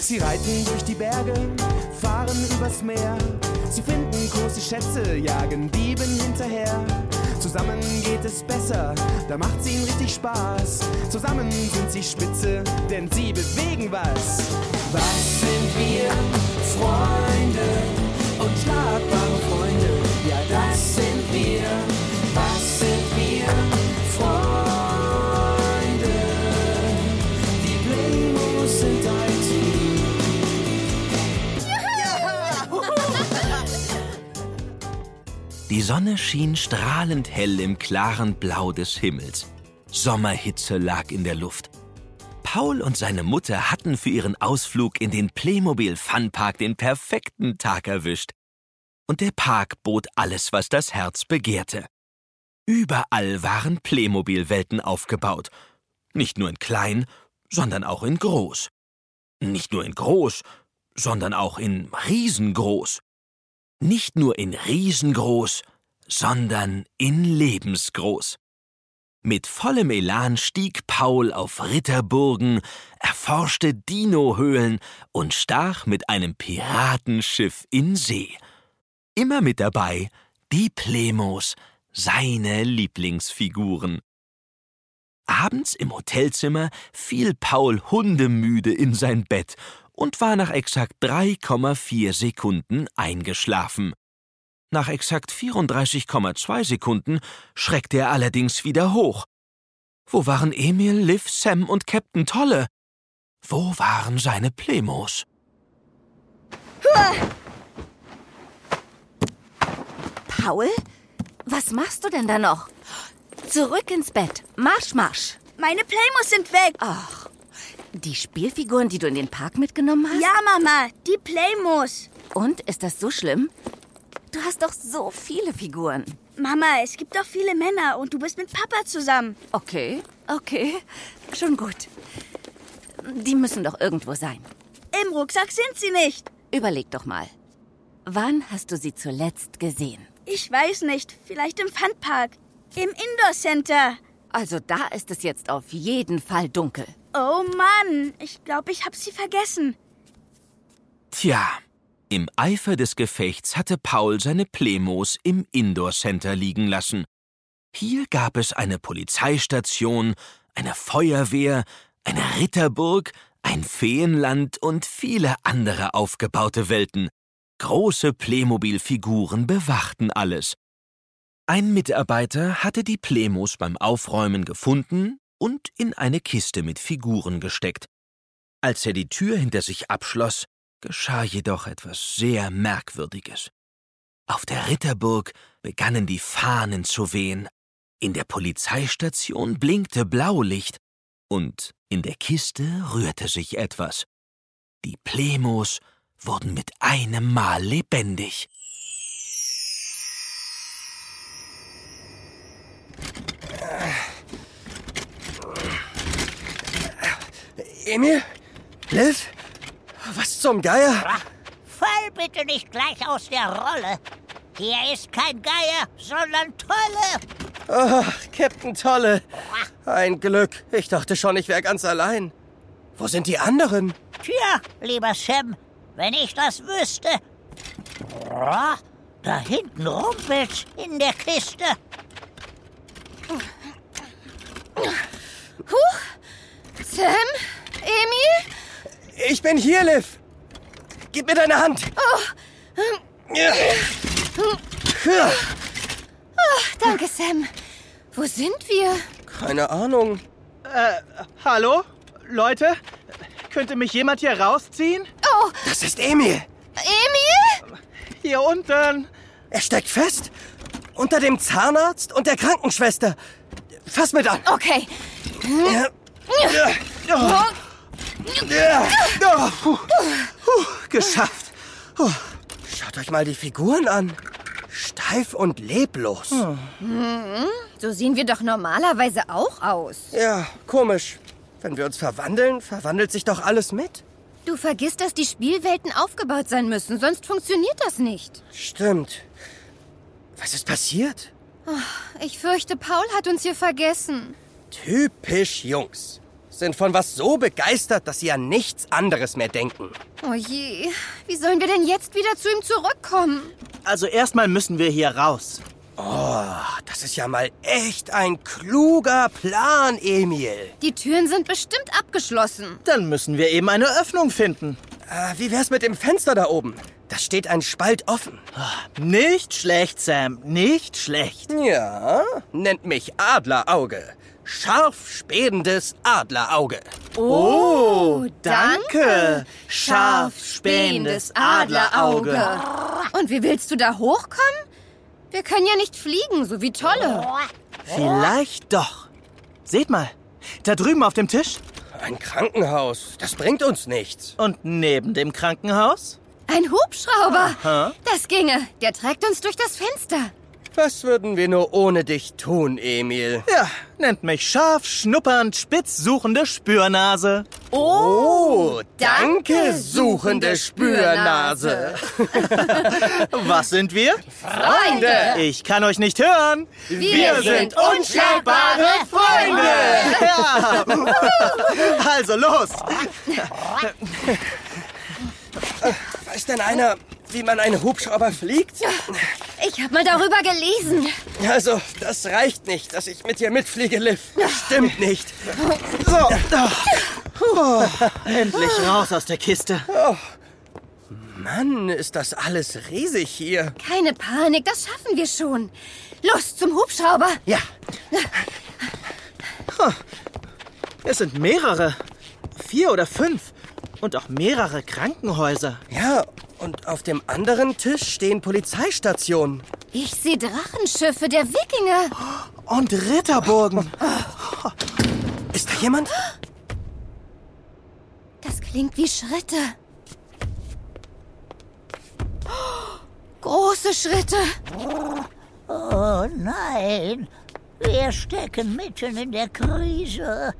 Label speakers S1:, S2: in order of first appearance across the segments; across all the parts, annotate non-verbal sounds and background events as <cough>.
S1: Sie reiten durch die Berge, fahren übers Meer. Sie finden große Schätze, jagen Dieben hinterher. Zusammen geht es besser, da macht's ihnen richtig Spaß. Zusammen sind sie spitze, denn sie bewegen was. Was sind wir? Freunde und schlagbare Freunde, ja das sind wir. Was sind wir? Freunde, die Blindmus sind ein Team.
S2: Die Sonne schien strahlend hell im klaren Blau des Himmels. Sommerhitze lag in der Luft. Paul und seine Mutter hatten für ihren Ausflug in den Playmobil Funpark den perfekten Tag erwischt. Und der Park bot alles, was das Herz begehrte. Überall waren Playmobil-Welten aufgebaut. Nicht nur in klein, sondern auch in groß. Nicht nur in groß, sondern auch in riesengroß nicht nur in riesengroß, sondern in lebensgroß. Mit vollem Elan stieg Paul auf Ritterburgen, erforschte Dinohöhlen und stach mit einem Piratenschiff in See. Immer mit dabei die Plemos, seine Lieblingsfiguren. Abends im Hotelzimmer fiel Paul hundemüde in sein Bett und war nach exakt 3,4 Sekunden eingeschlafen. Nach exakt 34,2 Sekunden schreckte er allerdings wieder hoch. Wo waren Emil, Liv, Sam und Captain Tolle? Wo waren seine Plemos?
S3: Paul, was machst du denn da noch? Zurück ins Bett. Marsch, marsch.
S4: Meine Playmos sind weg.
S3: Ach, die Spielfiguren, die du in den Park mitgenommen hast?
S4: Ja, Mama, die Playmos.
S3: Und ist das so schlimm? Du hast doch so viele Figuren.
S4: Mama, es gibt doch viele Männer und du bist mit Papa zusammen.
S3: Okay, okay. Schon gut. Die müssen doch irgendwo sein.
S4: Im Rucksack sind sie nicht.
S3: Überleg doch mal. Wann hast du sie zuletzt gesehen?
S4: Ich weiß nicht, vielleicht im Funpark, im Indoor Center.
S3: Also da ist es jetzt auf jeden Fall dunkel.
S4: Oh Mann, ich glaube, ich habe sie vergessen.
S2: Tja, im Eifer des Gefechts hatte Paul seine Plemos im Indoor Center liegen lassen. Hier gab es eine Polizeistation, eine Feuerwehr, eine Ritterburg, ein Feenland und viele andere aufgebaute Welten. Große Playmobil-Figuren bewachten alles. Ein Mitarbeiter hatte die Plemos beim Aufräumen gefunden und in eine Kiste mit Figuren gesteckt. Als er die Tür hinter sich abschloss, geschah jedoch etwas sehr Merkwürdiges. Auf der Ritterburg begannen die Fahnen zu wehen, in der Polizeistation blinkte Blaulicht und in der Kiste rührte sich etwas. Die Plemos wurden mit einem Mal lebendig.
S5: Emil? Liv? Was zum Geier?
S6: Ach, Fall bitte nicht gleich aus der Rolle. Hier ist kein Geier, sondern Tolle.
S5: Ach, Captain Tolle. Ein Glück. Ich dachte schon, ich wäre ganz allein. Wo sind die anderen?
S6: Tja, lieber Sam, wenn ich das wüsste. Oh, Da hinten rumpelt's in der Kiste.
S4: Sam? Emil?
S5: Ich bin hier, Liv. Gib mir deine Hand.
S3: Danke, Sam. Wo sind wir?
S5: Keine Ahnung.
S7: Äh, Hallo? Leute? Könnte mich jemand hier rausziehen?
S3: Oh,
S5: Das ist Emil.
S7: Hier unten.
S5: Er steckt fest. Unter dem Zahnarzt und der Krankenschwester. Fass mit an.
S3: Okay,
S5: Ja. Puh. Puh. Geschafft. Puh. Schaut euch mal die Figuren an. Steif und leblos.
S8: So sehen wir doch normalerweise auch aus.
S5: Ja, komisch. Wenn wir uns verwandeln, verwandelt sich doch alles mit.
S8: Du vergisst, dass die Spielwelten aufgebaut sein müssen, sonst funktioniert das nicht.
S5: Stimmt. Was ist passiert?
S8: Ich fürchte, Paul hat uns hier vergessen.
S5: Typisch Jungs. sind von was so begeistert, dass sie an nichts anderes mehr denken.
S8: Oh je, wie sollen wir denn jetzt wieder zu ihm zurückkommen?
S7: Also erstmal müssen wir hier raus.
S5: Oh, Das ist ja mal echt ein kluger Plan, Emil.
S8: Die Türen sind bestimmt abgeschlossen.
S7: Dann müssen wir eben eine Öffnung finden.
S5: Äh, wie wär's mit dem Fenster da oben? Da steht ein Spalt offen.
S7: Nicht schlecht, Sam. Nicht schlecht.
S5: Ja, nennt mich Adlerauge. Scharf spähendes Adlerauge.
S7: Oh,
S8: danke. Und wie willst du da hochkommen? Wir können ja nicht fliegen, so wie Tolle.
S7: Vielleicht doch. Seht mal, da drüben auf dem Tisch
S5: Ein Krankenhaus, das bringt uns nichts.
S7: und neben dem Krankenhaus.
S8: Ein Hubschrauber. Das ginge. Der trägt uns durch das Fenster.
S5: Was würden wir nur ohne dich tun, Emil?
S7: Ja, nennt mich scharf, schnuppernd, spitz suchende Spürnase.
S5: Oh,
S8: danke, suchende Spürnase.
S7: Was sind wir?
S8: Freunde,
S7: Ich kann euch nicht hören.
S8: wir sind
S7: unschlagbare Freunde! Ja. Also los!
S5: Weiß denn einer, wie man einen Hubschrauber fliegt?
S8: Ich habe mal darüber gelesen.
S5: Also, das reicht nicht, dass ich mit dir mitfliege, Liv. Stimmt nicht.
S7: Endlich raus aus der Kiste.
S5: Mann, ist das alles riesig hier.
S8: Keine Panik, das schaffen wir schon. Los zum Hubschrauber.
S5: Ja,
S7: Es sind mehrere. Vier oder fünf. Und auch mehrere Krankenhäuser.
S5: ja, und auf dem anderen Tisch stehen Polizeistationen.
S8: Ich sehe Drachenschiffe der Wikinger.
S7: Und Ritterburgen.
S5: Ist da jemand?
S8: Das klingt wie Schritte. Oh, Große Schritte.
S6: Oh nein, wir stecken mitten in der Krise.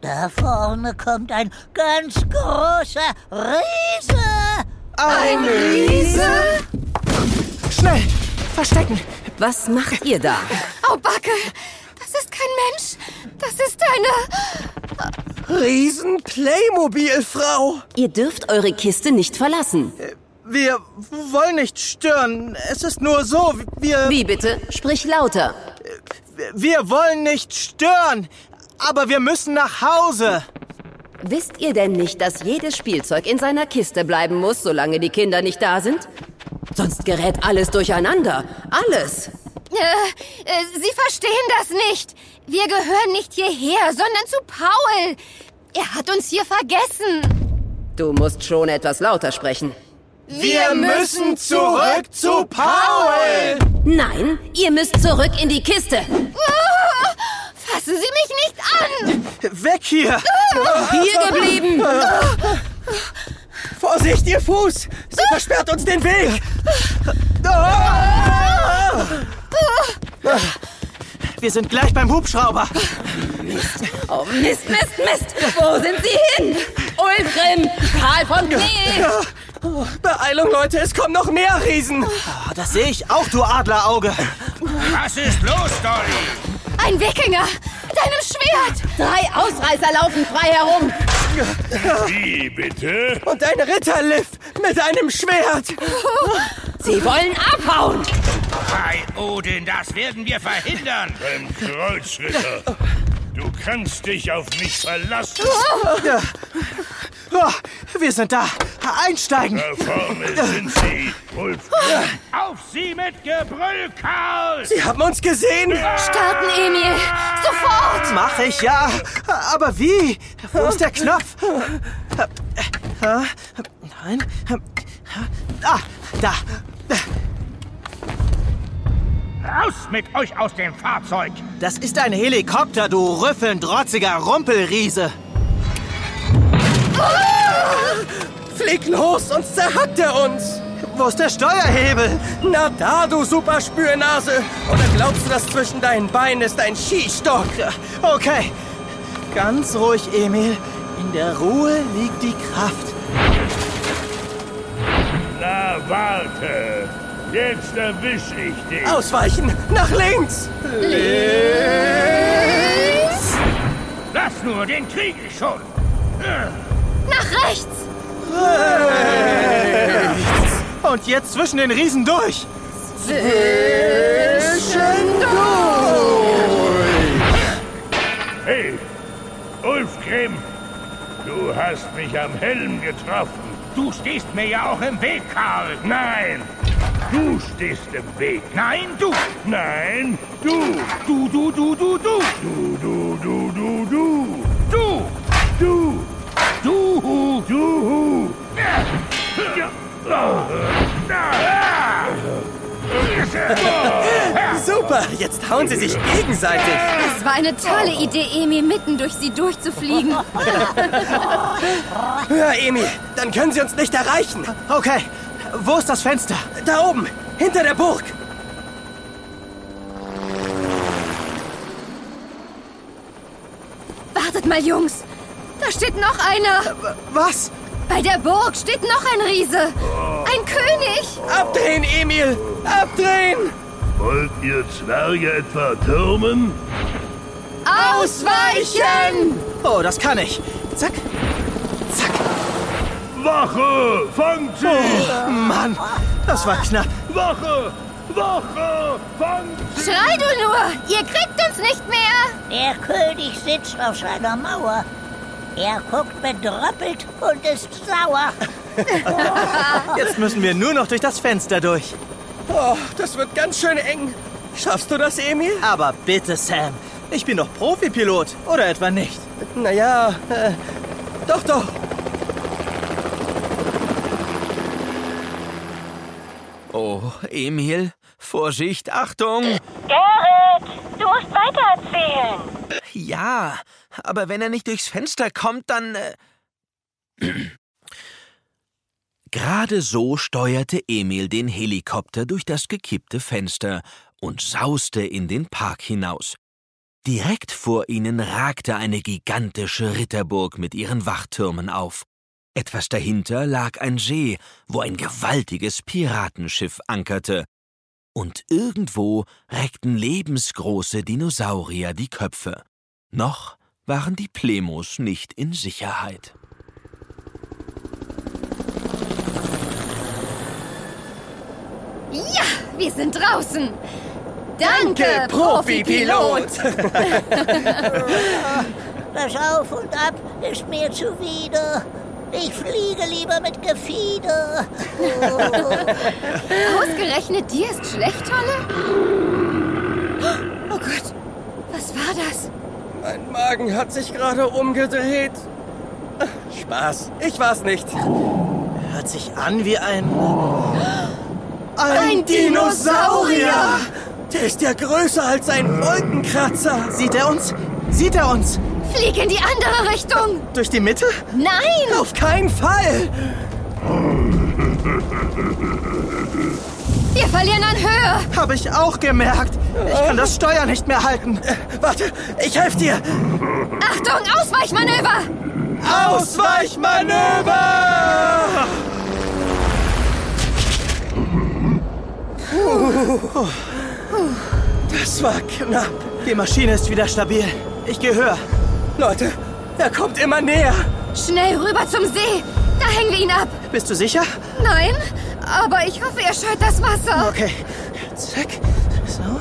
S6: Da vorne kommt ein ganz großer Riese.
S7: Ein
S8: Riese?
S7: Schnell! Verstecken!
S9: Was macht ihr da?
S8: Au Backe, das ist kein Mensch. Das ist eine...
S5: Riesen Playmobil-Frau.
S9: Ihr dürft eure Kiste nicht verlassen.
S7: Wir wollen nicht stören. Es ist nur so, wir...
S9: Wie bitte? Sprich lauter.
S7: Wir wollen nicht stören. Aber wir müssen nach Hause.
S9: Wisst ihr denn nicht, dass jedes Spielzeug in seiner Kiste bleiben muss, solange die Kinder nicht da sind? Sonst gerät alles durcheinander. Alles.
S8: Äh, äh, Sie verstehen das nicht. Wir gehören nicht hierher, sondern zu Paul. Er hat uns hier vergessen.
S9: Du musst schon etwas lauter sprechen.
S8: Wir müssen zurück
S7: zu Paul!
S9: Nein, ihr müsst zurück in die Kiste. Ah!
S8: Fassen Sie mich nicht an. Ah!
S7: Weg hier!
S9: Hier geblieben.
S5: Vorsicht, ihr Fuß! Sie versperrt uns den Weg!
S7: Wir sind gleich beim Hubschrauber.
S9: Oh, Mist, Mist, Mist. Wo sind sie hin? Ulgrim, Karl von Klee.
S5: Beeilung, Leute, es kommen noch mehr Riesen!
S7: Oh, das sehe ich auch, du Adlerauge.
S10: Was ist los, Dolly?
S8: Ein Wikinger. Mit einem Schwert.
S9: Drei Ausreißer laufen frei herum.
S10: Wie bitte?
S5: Und ein Ritter, Liv, mit einem Schwert!
S9: Sie wollen abhauen.
S10: Bei Odin, das werden wir verhindern. Beim Kreuzritter. Du kannst dich auf mich verlassen.
S7: Oh, wir sind da. Einsteigen.
S5: Äh.
S10: Da vorne sind sie. Wolf. Auf sie mit Gebrüll, Karl!
S5: Sie haben uns gesehen!
S8: Starten, Emil. Sofort.
S7: Mach ich ja. Aber wie? Wo ist der Knopf? Äh, äh, Nein. Ah, da.
S10: Raus mit euch aus dem Fahrzeug!
S7: Das ist ein Helikopter, du rüffelndrotziger Rumpelriese.
S5: Ah! Flieg los, sonst zerhackt er uns!
S7: Wo ist der Steuerhebel?
S5: Na da, du Superspürnase! Oder glaubst du, dass zwischen deinen Beinen ist ein Skistock?
S7: Okay. Ganz ruhig, Emil. In der Ruhe liegt die Kraft.
S10: Na, warte! Jetzt erwisch ich dich!
S5: Ausweichen! Nach links!
S10: Das jetzt nur, den krieg ich schon.
S8: Nach rechts!
S7: Und jetzt zwischen den Riesen durch.
S10: Hey, Ulfgrim, du hast mich am Helm getroffen. Du stehst mir ja auch im Weg, Karl. Nein, du stehst im Weg. Nein, du. Nein, du. Du, du, du, du, du. Du, du, du, du, du. Du. Du. Du. Du.
S5: Super, jetzt hauen sie sich gegenseitig.
S8: Das war eine tolle Idee, Emi mitten durch sie durchzufliegen.
S5: Hör, Emi, dann können sie uns nicht erreichen.
S7: Okay, wo ist das Fenster?
S5: Da oben, hinter der Burg.
S8: Wartet mal, Jungs. Da steht noch einer.
S7: Was?
S8: Bei der Burg steht noch ein Riese.
S10: Oh.
S8: Ein König.
S5: Abdrehen, Emil! Abdrehen!
S10: Wollt ihr Zwerge etwa türmen?
S8: Ausweichen!
S7: Oh, das kann ich. Zack. Zack.
S10: Wache! Fangt sie!
S7: Mann, das war knapp.
S10: Wache! Wache! Fangt
S8: Schrei du nur! Ihr kriegt uns nicht mehr!
S6: Der König sitzt auf seiner Mauer. Er guckt bedröppelt und ist sauer.
S7: Jetzt müssen wir nur noch durch das Fenster durch.
S5: Oh, das wird ganz schön eng. Schaffst du das, Emil?
S7: Aber bitte, Sam. Ich bin doch Profipilot. Oder etwa nicht?
S5: Naja, äh, doch, doch.
S2: Oh, Emil, Vorsicht, Achtung!
S11: Gerrit, du musst weitererzählen.
S2: Ja, aber wenn er nicht durchs Fenster kommt, dann. Äh <clears throat> Gerade so steuerte Emil den Helikopter durch das gekippte Fenster und sauste in den Park hinaus. Direkt vor ihnen ragte eine gigantische Ritterburg mit ihren Wachtürmen auf. Etwas dahinter lag ein See, wo ein gewaltiges Piratenschiff ankerte. Und irgendwo reckten lebensgroße Dinosaurier die Köpfe. Noch waren die Plemos nicht in Sicherheit.
S8: Ja, wir sind draußen. Danke,
S5: Danke, Profipilot.
S6: Das Auf und Ab ist mir zuwider. Ich fliege lieber mit Gefieder.
S8: Ausgerechnet dir ist schlecht, Holle? Oh Gott, was war das?
S5: Mein Magen hat sich gerade umgedreht. Ach, Spaß, ich war's nicht.
S7: Hört sich an wie ein.
S5: Ein,
S8: Dinosaurier!
S5: Der ist ja größer als ein Wolkenkratzer.
S7: Sieht er uns? Sieht er uns?
S8: Flieg in die andere Richtung!
S7: Durch die Mitte?
S8: Nein!
S5: Auf keinen Fall!
S8: Wir verlieren an Höhe!
S7: Habe ich auch gemerkt. Ich kann das Steuer nicht mehr halten.
S5: Äh, Warte, ich helf dir.
S8: Achtung, Ausweichmanöver!
S5: Ausweichmanöver! Das war knapp.
S7: Die Maschine ist wieder stabil. Ich gehe höher.
S5: Leute, er kommt immer näher.
S8: Schnell rüber zum See! Da hängen wir ihn ab!
S7: Bist du sicher?
S8: Nein, aber ich hoffe, er scheut das Wasser.
S7: Okay. Zack. So.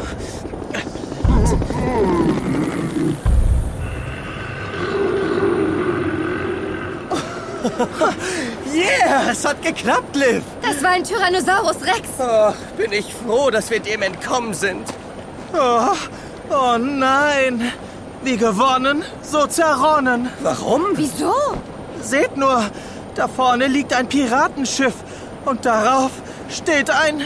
S5: Yeah, es hat geklappt, Liv.
S8: Das war ein Tyrannosaurus Rex.
S5: Oh, bin ich froh, dass wir dem entkommen sind.
S7: Oh, oh nein. Wie gewonnen, so zerronnen.
S5: Warum?
S8: Wieso?
S7: Seht nur, da vorne liegt ein Piratenschiff und darauf steht ein...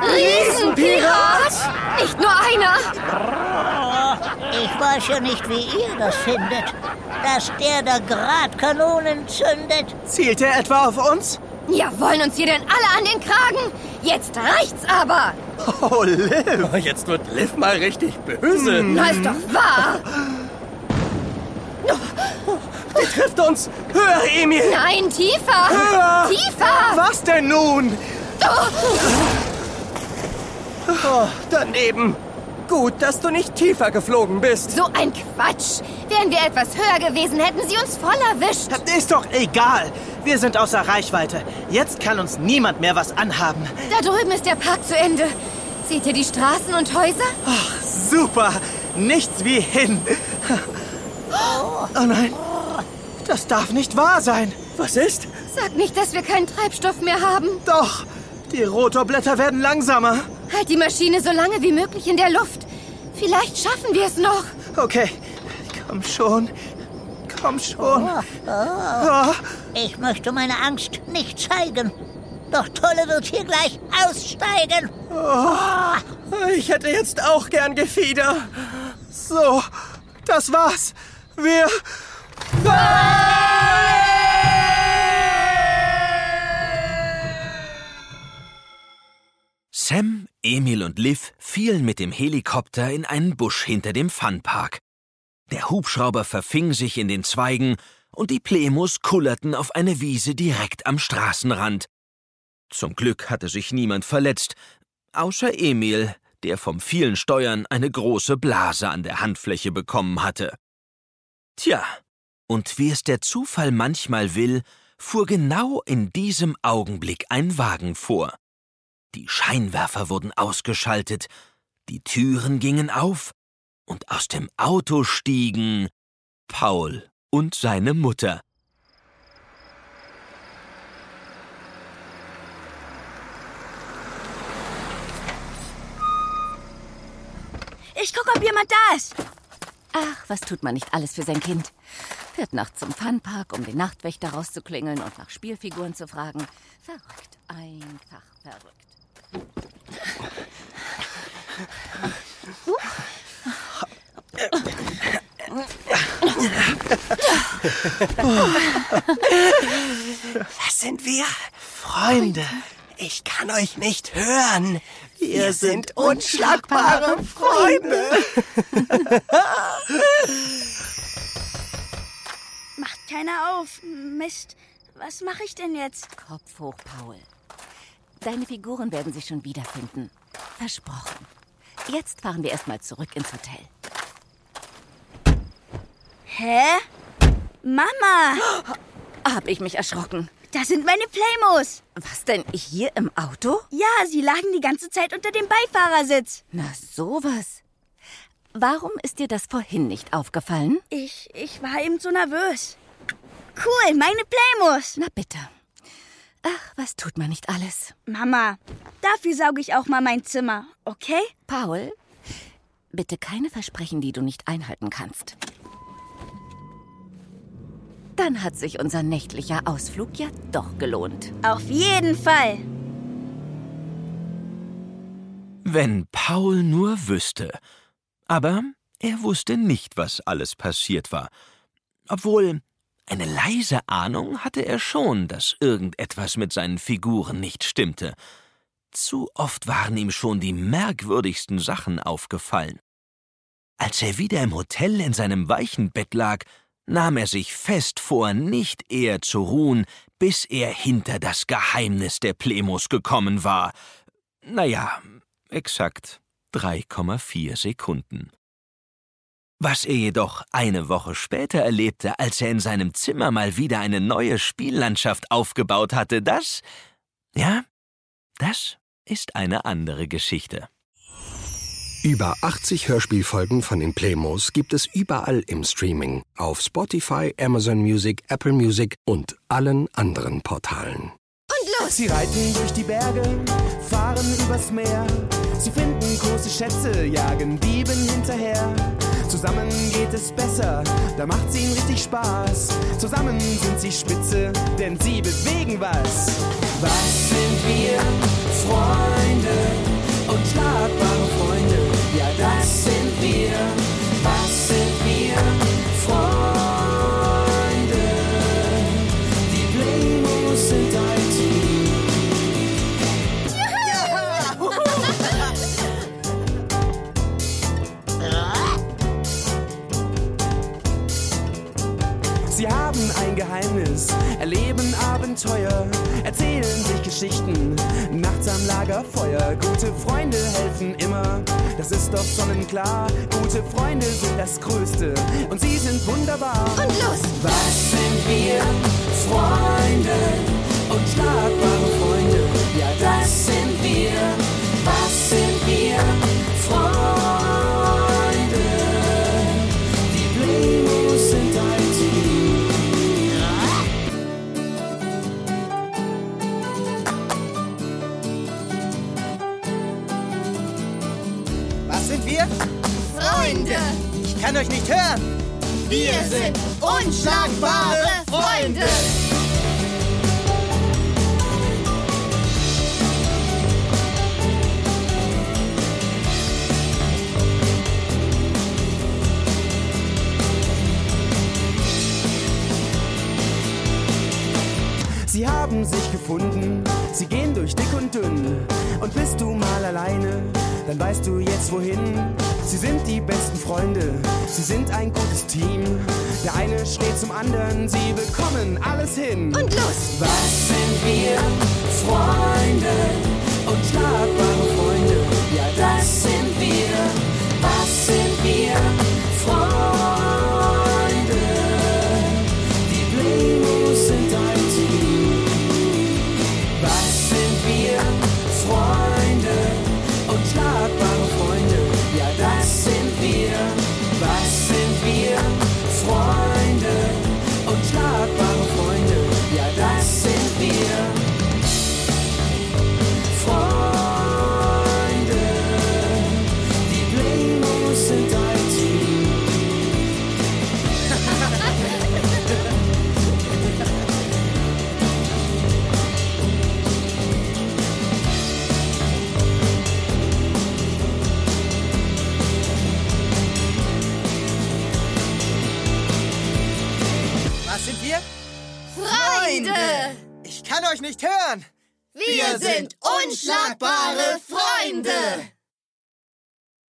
S8: Riesenpirat! Nicht nur einer!
S6: Ich weiß ja nicht, wie ihr das findet. Dass der da grad Kanonen zündet.
S7: Zielt er etwa auf uns?
S8: Ja, wollen uns hier denn alle an den Kragen? Jetzt reicht's aber!
S7: Oh, Liv.
S5: Oh, jetzt wird Liv mal richtig böse.
S8: Na, ist doch wahr!
S5: Die trifft uns. Höher, Emil.
S8: Nein, tiefer!
S5: Höher!
S8: Tiefer!
S7: Was denn nun?
S8: Oh,
S5: Daneben. Gut, dass du nicht tiefer geflogen bist.
S8: So ein Quatsch. Wären wir etwas höher gewesen, hätten sie uns voll erwischt.
S7: Ist doch egal. Wir sind außer Reichweite. Jetzt kann uns niemand mehr was anhaben.
S8: Da drüben ist der Park zu Ende. Seht ihr die Straßen und Häuser?
S7: Super. Nichts wie hin. Oh nein. Das darf nicht wahr sein. Was ist?
S8: Sag nicht, dass wir keinen Treibstoff mehr haben.
S7: Doch. Die Rotorblätter werden langsamer.
S8: Halt die Maschine so lange wie möglich in der Luft. Vielleicht schaffen wir es noch.
S7: Okay. Komm schon. Komm schon.
S5: Ah.
S6: Oh. Ich möchte meine Angst nicht zeigen. Doch Tolle wird hier gleich aussteigen.
S7: Ich hätte jetzt auch gern Gefieder. So, das war's. Wir.
S2: Sam, Emil und Liv fielen mit dem Helikopter in einen Busch hinter dem Funpark. Der Hubschrauber verfing sich in den Zweigen und die Plemos kullerten auf eine Wiese direkt am Straßenrand. Zum Glück hatte sich niemand verletzt, außer Emil, der vom vielen Steuern eine große Blase an der Handfläche bekommen hatte. Tja, und wie es der Zufall manchmal will, fuhr genau in diesem Augenblick ein Wagen vor. Die Scheinwerfer wurden ausgeschaltet, die Türen gingen auf, und aus dem Auto stiegen Paul und seine Mutter.
S4: Ich guck, ob jemand da ist.
S3: Ach, was tut man nicht alles für sein Kind? Fährt nachts zum Funpark, um den Nachtwächter rauszuklingeln und nach Spielfiguren zu fragen. Verrückt, einfach verrückt.
S5: Was sind wir?
S7: Freunde.
S5: Ich kann euch nicht hören. Wir,
S7: Wir
S5: sind
S7: sind
S5: unschlagbare Freunde.
S4: Macht keiner auf. Mist. Was mache ich denn jetzt?
S3: Kopf hoch, Paul. Deine Figuren werden sich schon wiederfinden. Versprochen. Jetzt fahren wir erstmal zurück ins Hotel.
S4: Hä? Mama!
S3: Hab ich mich erschrocken.
S4: Da sind meine Playmos.
S3: Was denn hier im Auto?
S4: Ja, sie lagen die ganze Zeit unter dem Beifahrersitz.
S3: Na sowas. Warum ist dir das vorhin nicht aufgefallen?
S4: Ich, ich war eben so nervös. Cool, meine Playmos.
S3: Na bitte. Ach, was tut man nicht alles?
S4: Mama, dafür sauge ich auch mal mein Zimmer, okay?
S3: Paul, bitte keine Versprechen, die du nicht einhalten kannst. Dann hat sich unser nächtlicher Ausflug ja doch gelohnt.
S4: Auf jeden Fall.
S2: Wenn Paul nur wüsste. Aber er wusste nicht, was alles passiert war. Obwohl, eine leise Ahnung hatte er schon, dass irgendetwas mit seinen Figuren nicht stimmte. Zu oft waren ihm schon die merkwürdigsten Sachen aufgefallen. Als er wieder im Hotel in seinem weichen Bett lag, nahm er sich fest vor, nicht eher zu ruhen, bis er hinter das Geheimnis der Plemos gekommen war. Naja, exakt 3,4 Sekunden. Was er jedoch eine Woche später erlebte, als er in seinem Zimmer mal wieder eine neue Spiellandschaft aufgebaut hatte, das, ja, das ist eine andere Geschichte.
S12: Über 80 Hörspielfolgen von den Playmos gibt es überall im Streaming. Auf Spotify, Amazon Music, Apple Music und allen anderen Portalen.
S1: Und los! Sie reiten durch die Berge, fahren übers Meer. Sie finden große Schätze, jagen Dieben hinterher. Zusammen geht es besser, da macht's ihnen richtig Spaß. Zusammen sind sie spitze, denn sie bewegen was. Was sind wir? Freunde und schlagbare Freunde, ja das sind wir. Was sind wir? Freunde. Die Playmos sind ein Team. Sie haben ein Geheimnis, Gefängnis, erleben Abenteuer, erzählen sich Geschichten, nachts am Lagerfeuer. Gute Freunde helfen immer, das ist doch sonnenklar. Gute Freunde sind das Größte und sie sind wunderbar. Und los! Was sind wir? Freunde und schlagbare Freunde, ja, das sind wir. Was sind wir? Freunde. Die Blemos sind ein Team.
S5: Was sind wir?
S8: Freunde.
S5: Ich kann euch nicht hören. Wir sind unschlagbare Freunde.
S1: Sie haben sich gefunden, sie gehen durch dick und dünn. Und bist du mal alleine, dann weißt du jetzt wohin. Sie sind die besten Freunde, sie sind ein gutes Team. Der eine steht zum anderen, sie bekommen alles hin. Und los! Was sind wir? Freunde und schlagbare Freunde, ja, das sind wir. Was sind wir? Freunde. Die Blemos sind ein Team. Was sind wir? Freunde und schlagbare Freunde. Ja, das sind wir. Was sind wir? Freunde und schlagbare Freunde. Ja, das sind wir. Freunde. Die Blemos sind ein Team.
S5: Was sind wir?
S8: Freunde.
S5: Ich kann euch nicht hören.
S8: Wir sind unschlagbare Freunde.